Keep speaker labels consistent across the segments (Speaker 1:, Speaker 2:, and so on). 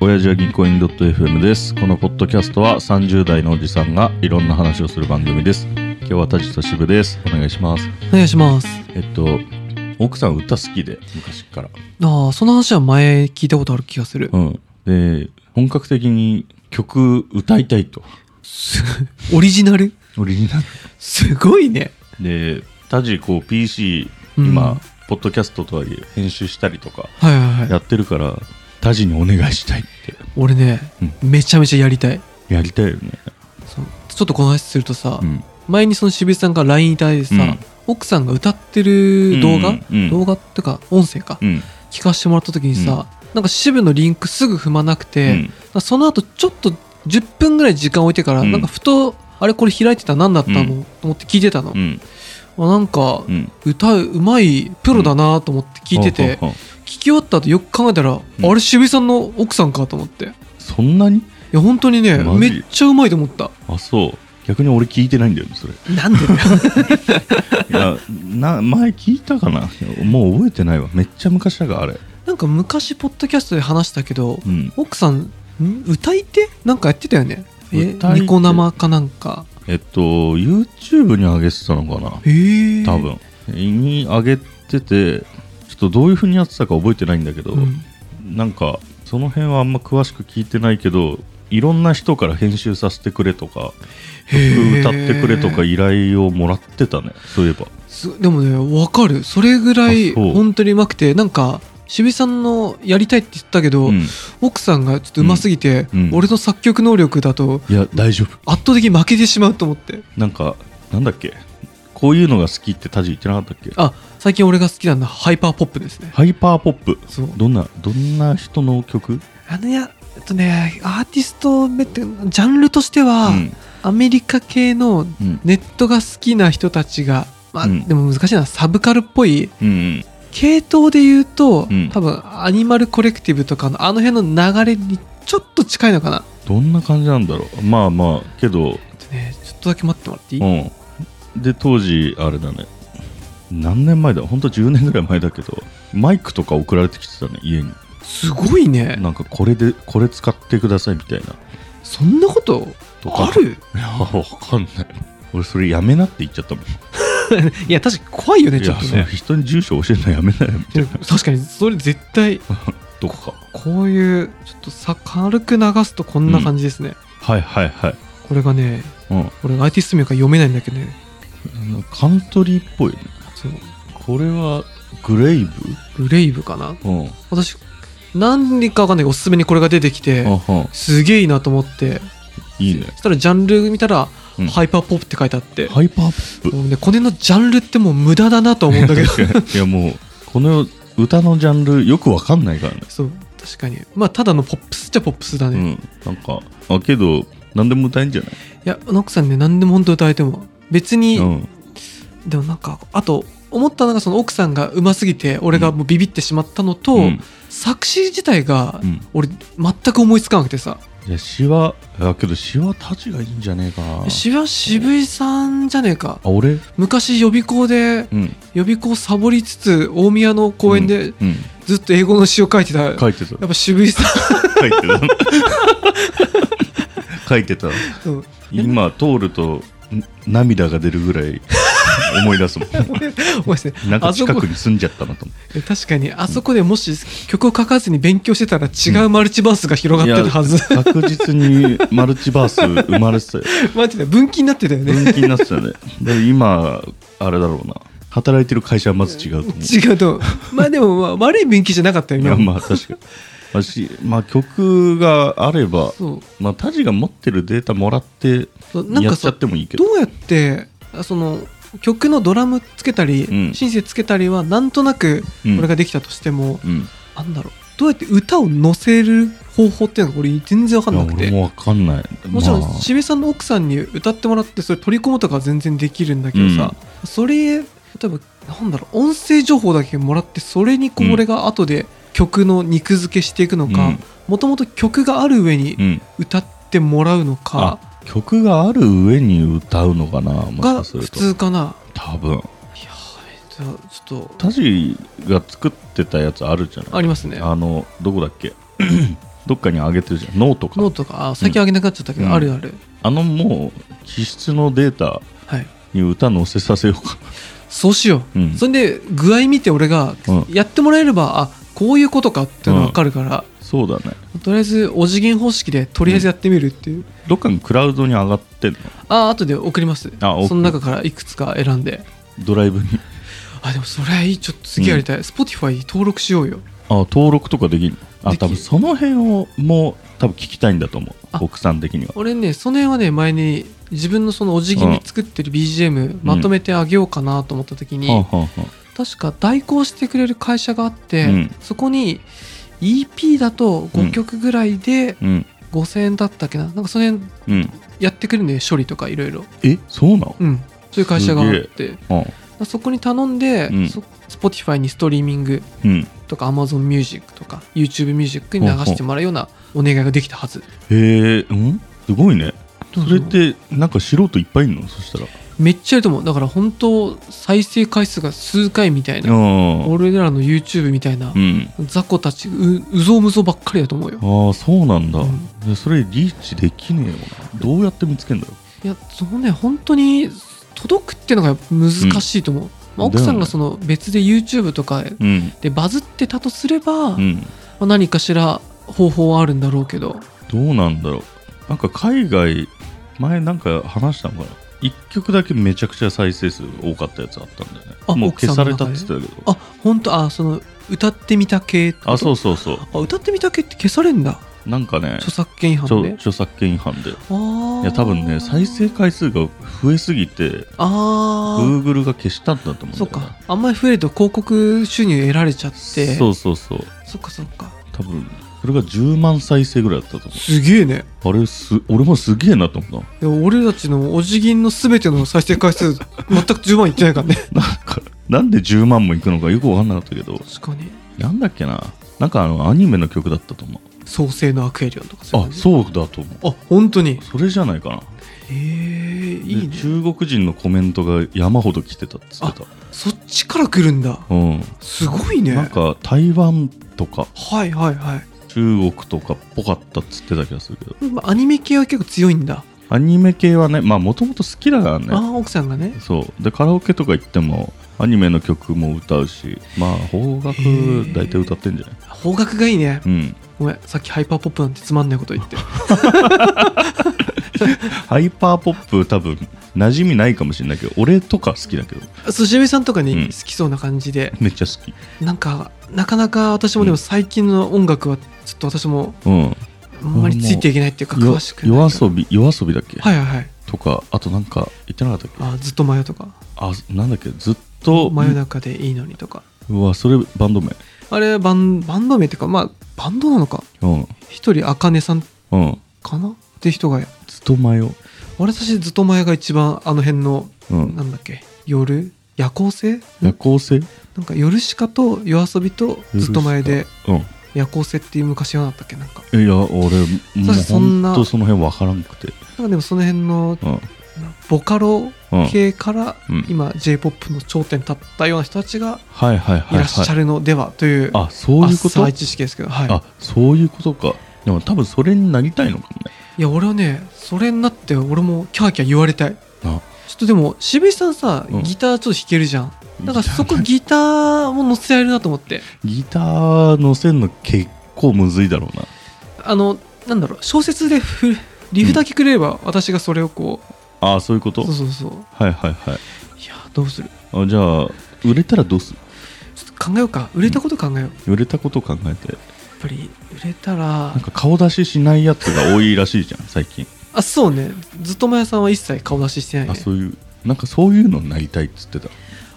Speaker 1: 親父は銀行員 .fm です。このポッドキャストは30代のおじさんがいろんな話をする番組です。今日は田地と渋です。お願いします。
Speaker 2: お願いします
Speaker 1: えっと、奥さん歌好きで、昔から。
Speaker 2: ああその話は前聞いたことある気がする
Speaker 1: うん。で、本格的に曲歌いたいと。
Speaker 2: すオリジナル
Speaker 1: オリジナ
Speaker 2: すごいね
Speaker 1: ル。で、田地こう PC、
Speaker 2: うん
Speaker 1: 今、ポッドキャストとはいえ編集したりとか
Speaker 2: はいはいは
Speaker 1: や
Speaker 2: い
Speaker 1: ってるから、田地にお願いしたいって。
Speaker 2: 俺ね、めちゃめちゃやりたい
Speaker 1: やりたいよね。
Speaker 2: そうちょっとこの話するとさ、
Speaker 1: うん。
Speaker 2: 前にその渋井さんから LINE いただいてさ、
Speaker 1: うん
Speaker 2: 奥さんが歌ってる動画、
Speaker 1: うんうん
Speaker 2: 動画ってか音声か、
Speaker 1: うん。
Speaker 2: 聞かせてもらった時にさ、なんか渋のリンクすぐ踏まなくて、
Speaker 1: うん
Speaker 2: なんかその後ちょっと10分ぐらい時間置いてから、
Speaker 1: うん
Speaker 2: なんかふとあれこれ開いてた何だったの、
Speaker 1: うん
Speaker 2: と思って聞いてたの、
Speaker 1: うん。
Speaker 2: あなんか
Speaker 1: うん。
Speaker 2: 歌ううまいプロだなと思って聞いて
Speaker 1: ほ
Speaker 2: て、
Speaker 1: うほうほう
Speaker 2: 聞き終わった後よく考えたら、
Speaker 1: ん
Speaker 2: あれ渋井さんの奥さんかと思ってい
Speaker 1: そんなに
Speaker 2: や本当にね
Speaker 1: マ
Speaker 2: め
Speaker 1: ジ
Speaker 2: っちゃうまいと思った
Speaker 1: あそう逆に俺聞いてないんだよねそれ
Speaker 2: なんでだよ
Speaker 1: いやな前聞いたかなもう覚えてないわめっちゃ昔だからあれ
Speaker 2: なんか昔ポッドキャストで話したけど、
Speaker 1: うん
Speaker 2: 奥さんん歌い手なんかやってたよねえ
Speaker 1: 歌い手
Speaker 2: ニコ生かなんか
Speaker 1: えっと YouTube に上げてたのかな
Speaker 2: へえ
Speaker 1: 多分に上げててちょっとどういうふうにやってたか覚えてないんだけど、
Speaker 2: うん
Speaker 1: なんかその辺はあんま詳しく聞いてないけどいろんな人から編集させてくれとか曲
Speaker 2: へー
Speaker 1: 歌ってくれとか依頼をもらってたねそういえば
Speaker 2: すでもねわかるそれぐらい
Speaker 1: あそう
Speaker 2: 本当にうまくてなんか渋井さんのやりたいって言ったけど、
Speaker 1: うん
Speaker 2: 奥さんがちょっとうますぎて、
Speaker 1: うんうん
Speaker 2: 俺の作曲能力だと
Speaker 1: いや大丈夫
Speaker 2: 圧倒的に負けてしまうと思って
Speaker 1: なんかなんだっけこういうのが好きってタジ言ってなかったっけ
Speaker 2: あ最近俺が好きなのはハイパーポップですね
Speaker 1: ハイパーポップ
Speaker 2: そう
Speaker 1: どんなどんな人の曲
Speaker 2: あのやえっとねアーティストめってジャンルとしては、
Speaker 1: うん
Speaker 2: アメリカ系の
Speaker 1: うん
Speaker 2: ネットが好きな人たちがまあ、
Speaker 1: うん
Speaker 2: でも難しいなサブカルっぽい
Speaker 1: うん
Speaker 2: 系統で言うと、
Speaker 1: うん
Speaker 2: 多分アニマルコレクティブとかのあの辺の流れにちょっと近いのかな
Speaker 1: どんな感じなんだろうまあまあけど
Speaker 2: えっとねちょっとだけ待ってもらっていい、
Speaker 1: うんで当時あれだね何年前だほんと10年ぐらい前だけどマイクとか送られてきてたね家に
Speaker 2: すごいね
Speaker 1: なんかこれでこれ使ってくださいみたいな
Speaker 2: そんなこと
Speaker 1: とか
Speaker 2: ある
Speaker 1: いやわかんない俺それやめなって言っちゃったもん
Speaker 2: いや確かに怖いよね
Speaker 1: い
Speaker 2: ちょ
Speaker 1: や
Speaker 2: っと
Speaker 1: それ
Speaker 2: ね
Speaker 1: 人に住所教えるのやめなよ みたいな
Speaker 2: 確かにそれ絶対
Speaker 1: とか
Speaker 2: こういうちょっとさ軽く流すとこんな感じですね、
Speaker 1: はいはいはい
Speaker 2: これがね
Speaker 1: うん
Speaker 2: 俺アーティスト名が読めないんだけどね
Speaker 1: カントリーっぽいね
Speaker 2: そう
Speaker 1: これはグレイ
Speaker 2: ブレイブかな
Speaker 1: ブうん
Speaker 2: 私何でかわかんないけどおすすめにこれが出てきて
Speaker 1: あは
Speaker 2: すげえいいなと思って
Speaker 1: いいね
Speaker 2: そしたらジャンル見た
Speaker 1: う
Speaker 2: ら、
Speaker 1: ん
Speaker 2: ハイパーポップって書いてあって、
Speaker 1: ハイパーポッ
Speaker 2: もうねこれのジャンルってもう無駄だなと思うんだけど
Speaker 1: プいやもうこの歌のジャンルよくわかんないからね
Speaker 2: そう確かにまあただのポップスっちゃポップスだ
Speaker 1: う
Speaker 2: ね、い
Speaker 1: んなんかあけど何でも歌えんじゃない
Speaker 2: やノックさんね何でも本当歌えても別に、
Speaker 1: うん
Speaker 2: でもなんかあと思ったのがその奥さんがうますぎて俺がもうビビってしまったのと、
Speaker 1: うん
Speaker 2: 作詞自体が
Speaker 1: うん
Speaker 2: 俺全く思いつかなくてさ
Speaker 1: いや詩はあけど詩はたちがいいんじゃねえかな
Speaker 2: 渋谷渋井さんじゃねえか
Speaker 1: あ俺
Speaker 2: 昔予備校で
Speaker 1: うん
Speaker 2: 予備校サボりつつ大宮の公園で
Speaker 1: うん
Speaker 2: ずっと英語の詩を書いてた、やっ
Speaker 1: 書いてた
Speaker 2: ぱ渋井さ
Speaker 1: 書いてた書いてた
Speaker 2: んうん
Speaker 1: 今通るとん涙が出るぐらい思い出す もん
Speaker 2: お前ですね
Speaker 1: なんか
Speaker 2: あそ
Speaker 1: 近
Speaker 2: こ
Speaker 1: くに住んじゃったなと思って
Speaker 2: 確かにあそこでもし曲を書かずに勉強してたら違うマルチバースが広がってたはず、
Speaker 1: 確実にマルチバース生ま れてたよ
Speaker 2: 待ってた分岐になってたよね、
Speaker 1: 分岐になってたよねで今あれだろうな働いてる会社はまず違うと思う
Speaker 2: 違うと思うまあでも、まあ、悪い分岐じゃなかったよ
Speaker 1: いや
Speaker 2: ね
Speaker 1: まあ確かにまあしまあ曲があれば
Speaker 2: そう
Speaker 1: まあタジが持ってるデータもらって
Speaker 2: そうなん
Speaker 1: や
Speaker 2: か
Speaker 1: っちゃ
Speaker 2: さ
Speaker 1: ってもいいけど
Speaker 2: どうやってあその曲のドラムつけたり、
Speaker 1: うん
Speaker 2: シンセつけたりはなんとなく
Speaker 1: うん
Speaker 2: 俺ができたとしても、
Speaker 1: うん
Speaker 2: なんだろうどうやって歌を乗せる方法っていうのが俺全然わかん
Speaker 1: いや
Speaker 2: なく
Speaker 1: 俺
Speaker 2: ても
Speaker 1: もわかんない
Speaker 2: ちろん
Speaker 1: まあ
Speaker 2: 渋谷さんの奥さんに歌ってもらってそれ取り込むとかは全然できるんだけどさ、それ例えばなんだろう音声情報だけもらってそれに
Speaker 1: う
Speaker 2: こ
Speaker 1: ん
Speaker 2: れが後で曲の肉付けしていくの
Speaker 1: う
Speaker 2: か
Speaker 1: ん
Speaker 2: もともと曲がある上に
Speaker 1: うん
Speaker 2: 歌ってもらうの
Speaker 1: あ
Speaker 2: か
Speaker 1: 曲がある上に歌うのかなもし
Speaker 2: が
Speaker 1: かす
Speaker 2: 普
Speaker 1: ると
Speaker 2: 通かな。
Speaker 1: 多分
Speaker 2: いやーえっとちょっと
Speaker 1: タジが作ってたやつあるじゃない
Speaker 2: ありますね
Speaker 1: あのどこだっけ どっかに上げてるじゃんノートか
Speaker 2: ノートがあ最近上げなくなっちゃったけど、
Speaker 1: うん
Speaker 2: あるある
Speaker 1: あのもう気質のデータ
Speaker 2: はい
Speaker 1: に歌載せさせようか
Speaker 2: そうしよう、
Speaker 1: うん
Speaker 2: それで具合見て俺が
Speaker 1: うん
Speaker 2: やってもらえれば、あこういうことかっていうの分かるから、
Speaker 1: そうだね
Speaker 2: とりあえずお次元方式でとりあえずやってみるっていう、
Speaker 1: どっかにクラウドに上がってんの
Speaker 2: ああとで送ります
Speaker 1: あ送る
Speaker 2: その中からいくつか選んで
Speaker 1: ドライブに
Speaker 2: あでもそれはいいちょっと次やりたい、Spotify 登録しようよ
Speaker 1: あ登録とかできるのあ
Speaker 2: でき
Speaker 1: 多分その辺をもう多分聞きたいんだと思う
Speaker 2: あ
Speaker 1: 奥さん的には
Speaker 2: 俺ねその辺はね前に自分のそのお辞儀に作ってる BGM まとめてあげようかなと思った時に、
Speaker 1: はあはあはあ
Speaker 2: 確か代行してくれる会社があって、
Speaker 1: うん
Speaker 2: そこに EP だと5曲ぐらいで
Speaker 1: うん
Speaker 2: 5000円だったっけななんかその辺
Speaker 1: うん
Speaker 2: やってくるんで処理とかいろいろ
Speaker 1: えそうなの
Speaker 2: うんそういう会社があって
Speaker 1: あ
Speaker 2: そこに頼んで、
Speaker 1: うん
Speaker 2: そ Spotify にストリーミング
Speaker 1: うん
Speaker 2: とか AmazonMusic とか YouTubeMusic に流してもらうようなお願いができたはず
Speaker 1: へえうんすごいね
Speaker 2: どう
Speaker 1: そ
Speaker 2: ぞ
Speaker 1: れってなんか素人いっぱいいるのそしたら
Speaker 2: めっちゃいると思うだから本当再生回数が数回みたいな
Speaker 1: あ
Speaker 2: 俺らの YouTube みたいな
Speaker 1: あうん
Speaker 2: 雑魚たちううぞうむぞばっかりだと思うよ
Speaker 1: ああそうなんだ、
Speaker 2: うん
Speaker 1: でそれリーチできねえよなどうやって見つけんだよ
Speaker 2: いやそのね本当に届くっていうのが難しいと思う、まあ、奥さんがその別で YouTube とか
Speaker 1: うん
Speaker 2: でバズってたとすれば、
Speaker 1: う
Speaker 2: ま
Speaker 1: ん
Speaker 2: あ、何かしら方法はあるんだろうけど
Speaker 1: どうなんだろうなんか海外前なんか話したのかな1曲だけめちゃくちゃ再生数多かったやつあったんだよね
Speaker 2: あ
Speaker 1: もう
Speaker 2: 奥
Speaker 1: 消
Speaker 2: さ
Speaker 1: さ
Speaker 2: んの
Speaker 1: れ
Speaker 2: 中
Speaker 1: たっ
Speaker 2: で
Speaker 1: て言ってたけど
Speaker 2: あ本当あその歌ってみた系
Speaker 1: あそううそうそう
Speaker 2: あ歌ってみた系って消されんだ
Speaker 1: なんかね
Speaker 2: 著作権違
Speaker 1: 著
Speaker 2: 反で
Speaker 1: 著作権違反でい
Speaker 2: あー
Speaker 1: や多分ね再生回数が増えすぎて
Speaker 2: あー
Speaker 1: Google が消したんだと思うんだよ、ね、
Speaker 2: そっかあんまり増えると広告収入得られちゃって
Speaker 1: そうそうそう
Speaker 2: そっかそっか
Speaker 1: 多分それが10万再生ぐらいだったと思
Speaker 2: すげえね
Speaker 1: うあれす俺もすげえなと思った
Speaker 2: いや俺たちのお辞儀の全ての再生回数全く10万いってないからね
Speaker 1: なんか、なんで10万もいくのかよくわかんなかったけど、
Speaker 2: 確かに
Speaker 1: なんだっけな、なんかあの、アニメの曲だったと思
Speaker 2: 創世のアクエリオンとか
Speaker 1: う。
Speaker 2: そういう
Speaker 1: あ、
Speaker 2: 感じ
Speaker 1: そうだと思う。
Speaker 2: あ本当に
Speaker 1: それじゃないかな。
Speaker 2: へえいい
Speaker 1: で
Speaker 2: ね
Speaker 1: 中国人のコメントが山ほど来てたっつって
Speaker 2: そっちから来るんだ
Speaker 1: た。うん。
Speaker 2: すごいね
Speaker 1: なんか、台湾とか、
Speaker 2: はいはいはい
Speaker 1: 中国とかっぽかったっつってた気がするけど、
Speaker 2: まあアニメ系は結構強いんだ、
Speaker 1: アニメ系はね、まあ、もともと好きだから
Speaker 2: あ
Speaker 1: ね。
Speaker 2: あ奥さんがね
Speaker 1: そう。で、カラオケとか行っても、アニメの曲も歌うし、まあ、邦楽
Speaker 2: へー、
Speaker 1: 大体歌ってんじゃない
Speaker 2: 方角がいいね
Speaker 1: うん。
Speaker 2: ごめんさっきハイパーポップなんてつまんないこと言 って
Speaker 1: ハイパーポップ多分馴染みないかもしれないけど俺とか好きだけど
Speaker 2: すしみさんとか
Speaker 1: うん
Speaker 2: に好きそうな感じで、
Speaker 1: めっちゃ好き
Speaker 2: なんかなかなか私もでも最近の音楽はちょっと私も
Speaker 1: うん
Speaker 2: あんまりついていけないっていうか
Speaker 1: よ
Speaker 2: 詳しくない
Speaker 1: 夜
Speaker 2: から
Speaker 1: 遊び夜遊びだっけ、
Speaker 2: はいはいはい
Speaker 1: とかあとなんか言ってなかったっけ
Speaker 2: あずっと真夜とか
Speaker 1: あなんだっけずっと
Speaker 2: 真夜中でいいのにとか
Speaker 1: うわそれバンド名
Speaker 2: あれバンバンド名っていうかまあバンドなのか
Speaker 1: うん
Speaker 2: 一人あかねさん
Speaker 1: うん
Speaker 2: かなって人が
Speaker 1: ずっと迷う
Speaker 2: 俺たちずっと前が一番あの辺の、
Speaker 1: うん
Speaker 2: なんだっけ夜夜行性
Speaker 1: 夜行性
Speaker 2: なんか夜しかと夜遊びとずっと前で
Speaker 1: うん
Speaker 2: 夜行性っていう昔はなったっけなんか
Speaker 1: いや俺もう
Speaker 2: そんな
Speaker 1: ほんとその辺分からんくて
Speaker 2: なんかでもその辺の
Speaker 1: うん
Speaker 2: ボカロ系から
Speaker 1: うん
Speaker 2: 今 j p o p の頂点に立ったような人たちが
Speaker 1: はいはいはい
Speaker 2: い
Speaker 1: は
Speaker 2: ら
Speaker 1: い
Speaker 2: っしゃるのではという
Speaker 1: あそういうこと
Speaker 2: 浅い知識ですけど、はい、
Speaker 1: あそういうことかでも多分それになりたいのかもね
Speaker 2: いや俺はねそれになって俺もキャーキャー言われたい
Speaker 1: あ
Speaker 2: ちょっとでも渋井さんさ、
Speaker 1: うん
Speaker 2: ギターちょっと弾けるじゃんだからそこ
Speaker 1: ギ
Speaker 2: ギターも乗せられるなと思って
Speaker 1: ギター乗せるの結構むずいだろうな
Speaker 2: あのなんだろう小説でふリフだけくれれば私がそれをこ
Speaker 1: ああそういうこ
Speaker 2: う、
Speaker 1: と
Speaker 2: そうそうそう
Speaker 1: はいはいはい
Speaker 2: いやどうする
Speaker 1: あじゃあ売れたらどうする
Speaker 2: ちょっと考えようか売れたこと考えよう、やっ
Speaker 1: 売れたこと考えて
Speaker 2: ぱり売れたら
Speaker 1: なんか顔出ししないやつが多いらしいじゃん 最近
Speaker 2: あそうねずっとまやさんは一切顔出ししてない
Speaker 1: あ
Speaker 2: ね
Speaker 1: そういうなんかそういうのになりたいっつってた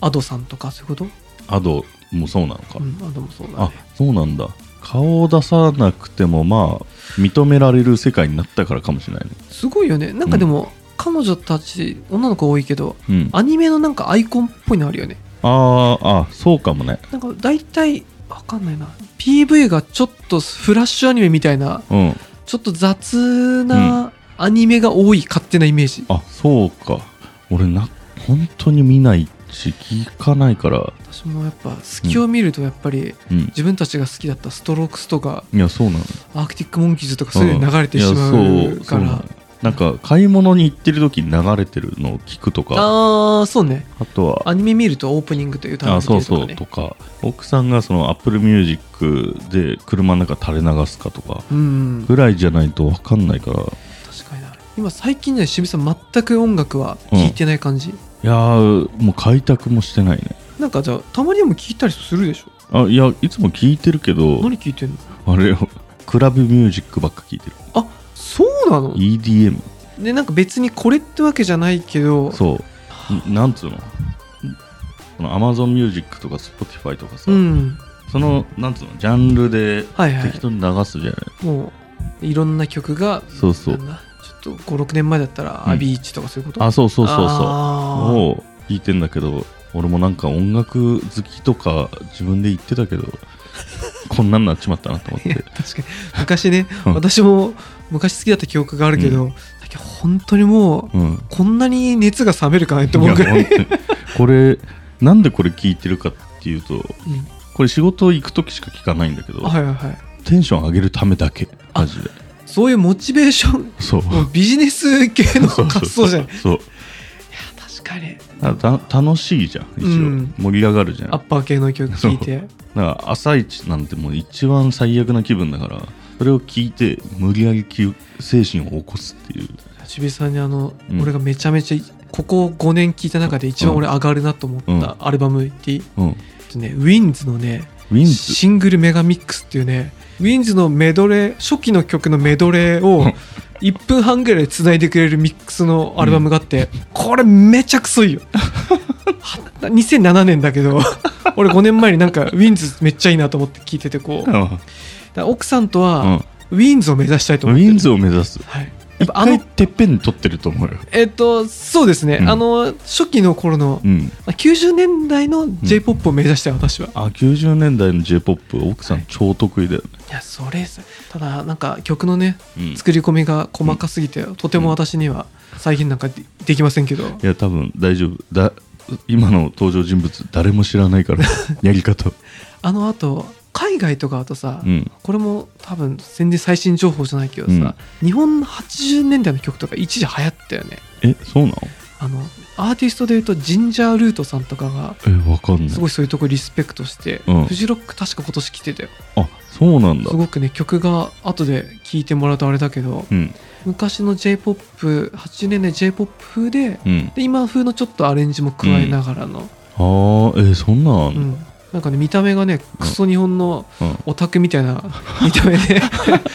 Speaker 2: アドさんとかそういうこと
Speaker 1: アドもそうなのか、
Speaker 2: うんアドもそうだ
Speaker 1: あ
Speaker 2: ね
Speaker 1: そうなんだ顔を出さなくてもまあ認められる世界になったからかもしれないね
Speaker 2: すごいよねなんかでも、彼女たち女の子多いけど
Speaker 1: うんあ
Speaker 2: アニメのなんかアイコンっぽいのあるよね
Speaker 1: あーあそうかもね
Speaker 2: なんか大体わかんないな PV がちょっとフラッシュアニメみたいな
Speaker 1: うん
Speaker 2: ちょっと雑なアニメが多い勝手なイメージ、
Speaker 1: あそうか俺な本当に見ないち聞かないから、
Speaker 2: 私もやっぱ隙を見るとやっぱり
Speaker 1: うん、
Speaker 2: 自分たちが好きだったストロークスとか
Speaker 1: いやそうなの
Speaker 2: アークティック・モンキーズとかそういうの流れてしま
Speaker 1: んいや
Speaker 2: う
Speaker 1: そ
Speaker 2: か
Speaker 1: そうな
Speaker 2: ら
Speaker 1: のなんか買い物に行ってる時に流れてるのを聞くとかあ
Speaker 2: ああそうね
Speaker 1: とは
Speaker 2: アニメ見るとオープニングという単
Speaker 1: あ
Speaker 2: 語
Speaker 1: そうそう
Speaker 2: とかね
Speaker 1: とか奥さんがその Apple Music で車の中垂れ流すかとか
Speaker 2: うん
Speaker 1: ぐらいじゃないと分かんないからい
Speaker 2: 確かにな今最近ね渋井さん全く音楽は聴いてない感じ、
Speaker 1: やーもう開拓もしてないね
Speaker 2: なんかじゃあたまにでも聴いたりするでしょ
Speaker 1: あいやいつも聞いてるけど
Speaker 2: 何聴いてんの
Speaker 1: あれよクラブミュージックばっか聞いてる
Speaker 2: あそうなの
Speaker 1: EDM
Speaker 2: でなんか別にこれってわけじゃないけど
Speaker 1: そうなんつうのこの Amazon ミュージックとか Spotify とかさ、
Speaker 2: うん
Speaker 1: そのなんつうのジャンルで
Speaker 2: はいは
Speaker 1: 適
Speaker 2: い
Speaker 1: 当に流すじゃない、
Speaker 2: もういろんな曲が
Speaker 1: そうそ
Speaker 2: な
Speaker 1: うん
Speaker 2: だちょっと56年前だったら「
Speaker 1: うん
Speaker 2: アビーチ」とかそういうこと、
Speaker 1: あそうそうそうそう
Speaker 2: そ
Speaker 1: を聞いてんだけど俺もなんか音楽好きとか自分で言ってた けどこんなんなっちまったなと思って
Speaker 2: 確かに昔ね
Speaker 1: うん
Speaker 2: 私も昔好きだった記憶があるけど、最近本当にもう
Speaker 1: うん
Speaker 2: こんなに熱が冷めるかなって思うぐらい
Speaker 1: いや本当にこれなんでこれ聞いてるかっていうとこれ仕事行く時しか聞かないんだけど、
Speaker 2: うんはいはいはい
Speaker 1: テンション上げるためだけマジで
Speaker 2: そういうモチベーション
Speaker 1: そう
Speaker 2: もうビジネス系の発想じゃないいや
Speaker 1: そう
Speaker 2: 確かに
Speaker 1: だからた楽しいじゃん一応、
Speaker 2: うん
Speaker 1: 盛り上がるじゃん
Speaker 2: アッ
Speaker 1: だか
Speaker 2: パー系の曲聴いて
Speaker 1: ら朝一なんてもう一番最悪な気分だからそれを聞いて無理やりき精神を起こすっていう
Speaker 2: ちびさんにあの、
Speaker 1: うん
Speaker 2: 俺がめちゃめちゃここ5年聴いた中で一番俺上がるなと思ったアルバム言っていい、
Speaker 1: うんウ
Speaker 2: えっとねウィンズのね
Speaker 1: ィンズ
Speaker 2: シングルメガミックスっていうねウィンズのメドレー初期の曲のメドレーを
Speaker 1: うん
Speaker 2: 1分半ぐらいつないでくれるミックスのアルバムがあって、これめちゃくそいよ2007年だけど俺5年前になんかウィンズめっちゃいいなと思って聞いててこうだか
Speaker 1: あ
Speaker 2: ら奥さんと
Speaker 1: あ
Speaker 2: はウィンズを目指したいと
Speaker 1: うん、ウ
Speaker 2: 思ってる
Speaker 1: ィンズを目指す
Speaker 2: はい、やっ
Speaker 1: 一
Speaker 2: ぱあの
Speaker 1: 回てっぺんに取ってると思うよ、
Speaker 2: えっとそうですね、
Speaker 1: うん
Speaker 2: あの初期の頃の
Speaker 1: うん、
Speaker 2: まあ90年代の j p o p を目指したい私は、
Speaker 1: あ90年代の j p o p 奥さん超得意だよね、
Speaker 2: いやそれさただなんか曲のね
Speaker 1: うん、い
Speaker 2: 作り込みが細かすぎて、とても私には再現なんかでできませんけど
Speaker 1: や多分大丈夫だ今の登場人物誰も知らないから やり方
Speaker 2: あのあと海外とかあとさ、
Speaker 1: うん
Speaker 2: これも多分全然最新情報じゃないけどさ、
Speaker 1: うん
Speaker 2: 日本の80年代の曲とか一時流行ったよね
Speaker 1: えそうなの
Speaker 2: あのアーティストでいうとジンジャールートさんとかが
Speaker 1: えわかんない
Speaker 2: すごいそういうとこリスペクトして、
Speaker 1: うん
Speaker 2: フジロック確か今年来てたよ
Speaker 1: あそうなんだ
Speaker 2: すごくね曲が後で聴いてもらうとあれだけど
Speaker 1: うん
Speaker 2: 昔の j p o p 8 0年代 j p o p 風で
Speaker 1: うん
Speaker 2: で今風のちょっとアレンジも加えながらの、
Speaker 1: ああえそんなんあん
Speaker 2: う
Speaker 1: の
Speaker 2: んなんかね見た目がねクソ日本の
Speaker 1: うん
Speaker 2: オタクみた いな見た目で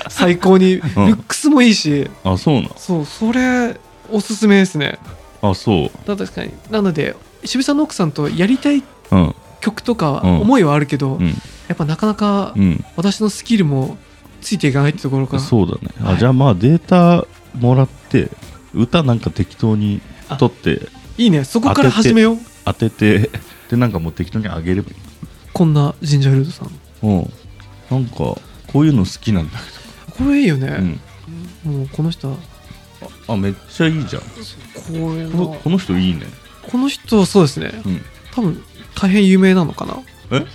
Speaker 2: 最高にルックスもいいし
Speaker 1: あそうなん
Speaker 2: そうそれおすすめですね
Speaker 1: あそう
Speaker 2: だ確かになので渋井さんの奥さんとやりたい
Speaker 1: うん
Speaker 2: 曲とか
Speaker 1: うん
Speaker 2: 思いはあるけど、
Speaker 1: うん
Speaker 2: やっぱなかなか
Speaker 1: うん
Speaker 2: 私のスキルもついていかないってところかな
Speaker 1: そうだねあ、
Speaker 2: はい
Speaker 1: じゃあまあデータもらって歌なんか適当に取って
Speaker 2: いいねそこから始めよう
Speaker 1: 当ててでなんかもう適当にあげればいい
Speaker 2: こんなジンジャールードさん
Speaker 1: うんなんかこういうの好きなんだけ
Speaker 2: これいいよ
Speaker 1: ど、う
Speaker 2: ね、
Speaker 1: ん、
Speaker 2: もうこの人は
Speaker 1: あめっちゃいいじゃん
Speaker 2: こういう
Speaker 1: この
Speaker 2: の
Speaker 1: この人いいね、
Speaker 2: この人はそうですね
Speaker 1: うん、
Speaker 2: 多分大変有名なのかな
Speaker 1: え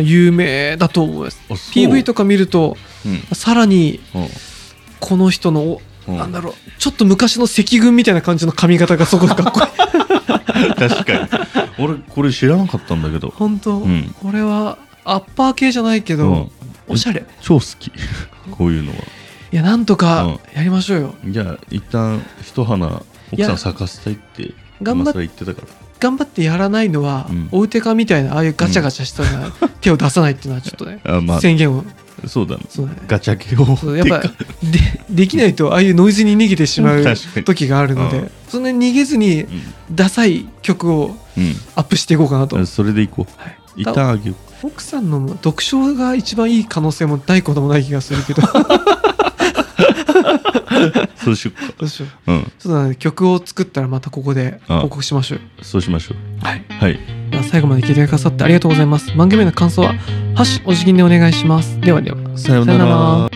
Speaker 2: 有名だと思います
Speaker 1: あそう
Speaker 2: PV とか見ると
Speaker 1: う
Speaker 2: さらに
Speaker 1: んうん
Speaker 2: この人の、お
Speaker 1: うん
Speaker 2: なんだろうちょっと昔の赤軍みたいな感じの髪型がすごくかっこ いい
Speaker 1: 確かに俺これ知らなかったんだけど、
Speaker 2: 本当、
Speaker 1: うん
Speaker 2: これはアッパー系じゃないけ
Speaker 1: う
Speaker 2: ど、
Speaker 1: ん、
Speaker 2: おしゃれ
Speaker 1: 超好きこういうのはい
Speaker 2: やなんとか
Speaker 1: う
Speaker 2: やりましょうよ、
Speaker 1: じゃあ一旦一花
Speaker 2: い
Speaker 1: 奥
Speaker 2: や
Speaker 1: さん咲かせたいって
Speaker 2: 頑張っ
Speaker 1: 今更言ってたから
Speaker 2: 頑張ってやらないのは、
Speaker 1: うん
Speaker 2: おうてかみたいなああいうガチャガチャした ような手を出さないっていうのはちょっとね
Speaker 1: あまあ
Speaker 2: 宣言を
Speaker 1: そうだね
Speaker 2: そうだね
Speaker 1: ガチャ系を
Speaker 2: そうやっぱ
Speaker 1: て
Speaker 2: で
Speaker 1: か
Speaker 2: できないとああいうノイズに逃げてしまう
Speaker 1: 確かに
Speaker 2: 時があるので、
Speaker 1: うん
Speaker 2: そんなに逃げずにダサい曲を
Speaker 1: うん、
Speaker 2: アップしていこうかなと、
Speaker 1: うん、それでいこう
Speaker 2: はい
Speaker 1: 一旦あげよ
Speaker 2: 奥さんの読書が一番いい可能性もないこともない気がする けどど
Speaker 1: うそうしようか
Speaker 2: うしよう
Speaker 1: うん
Speaker 2: そうだね曲を作ったらまたここで
Speaker 1: うん
Speaker 2: 報告しましょう、
Speaker 1: そうしましょ
Speaker 2: はいう
Speaker 1: はい
Speaker 2: では最後まで聞いてくださってありがとうございます番組への感想は「ハッシュお辞儀」でお願いしますではでは
Speaker 1: さような
Speaker 2: さようなら
Speaker 1: ら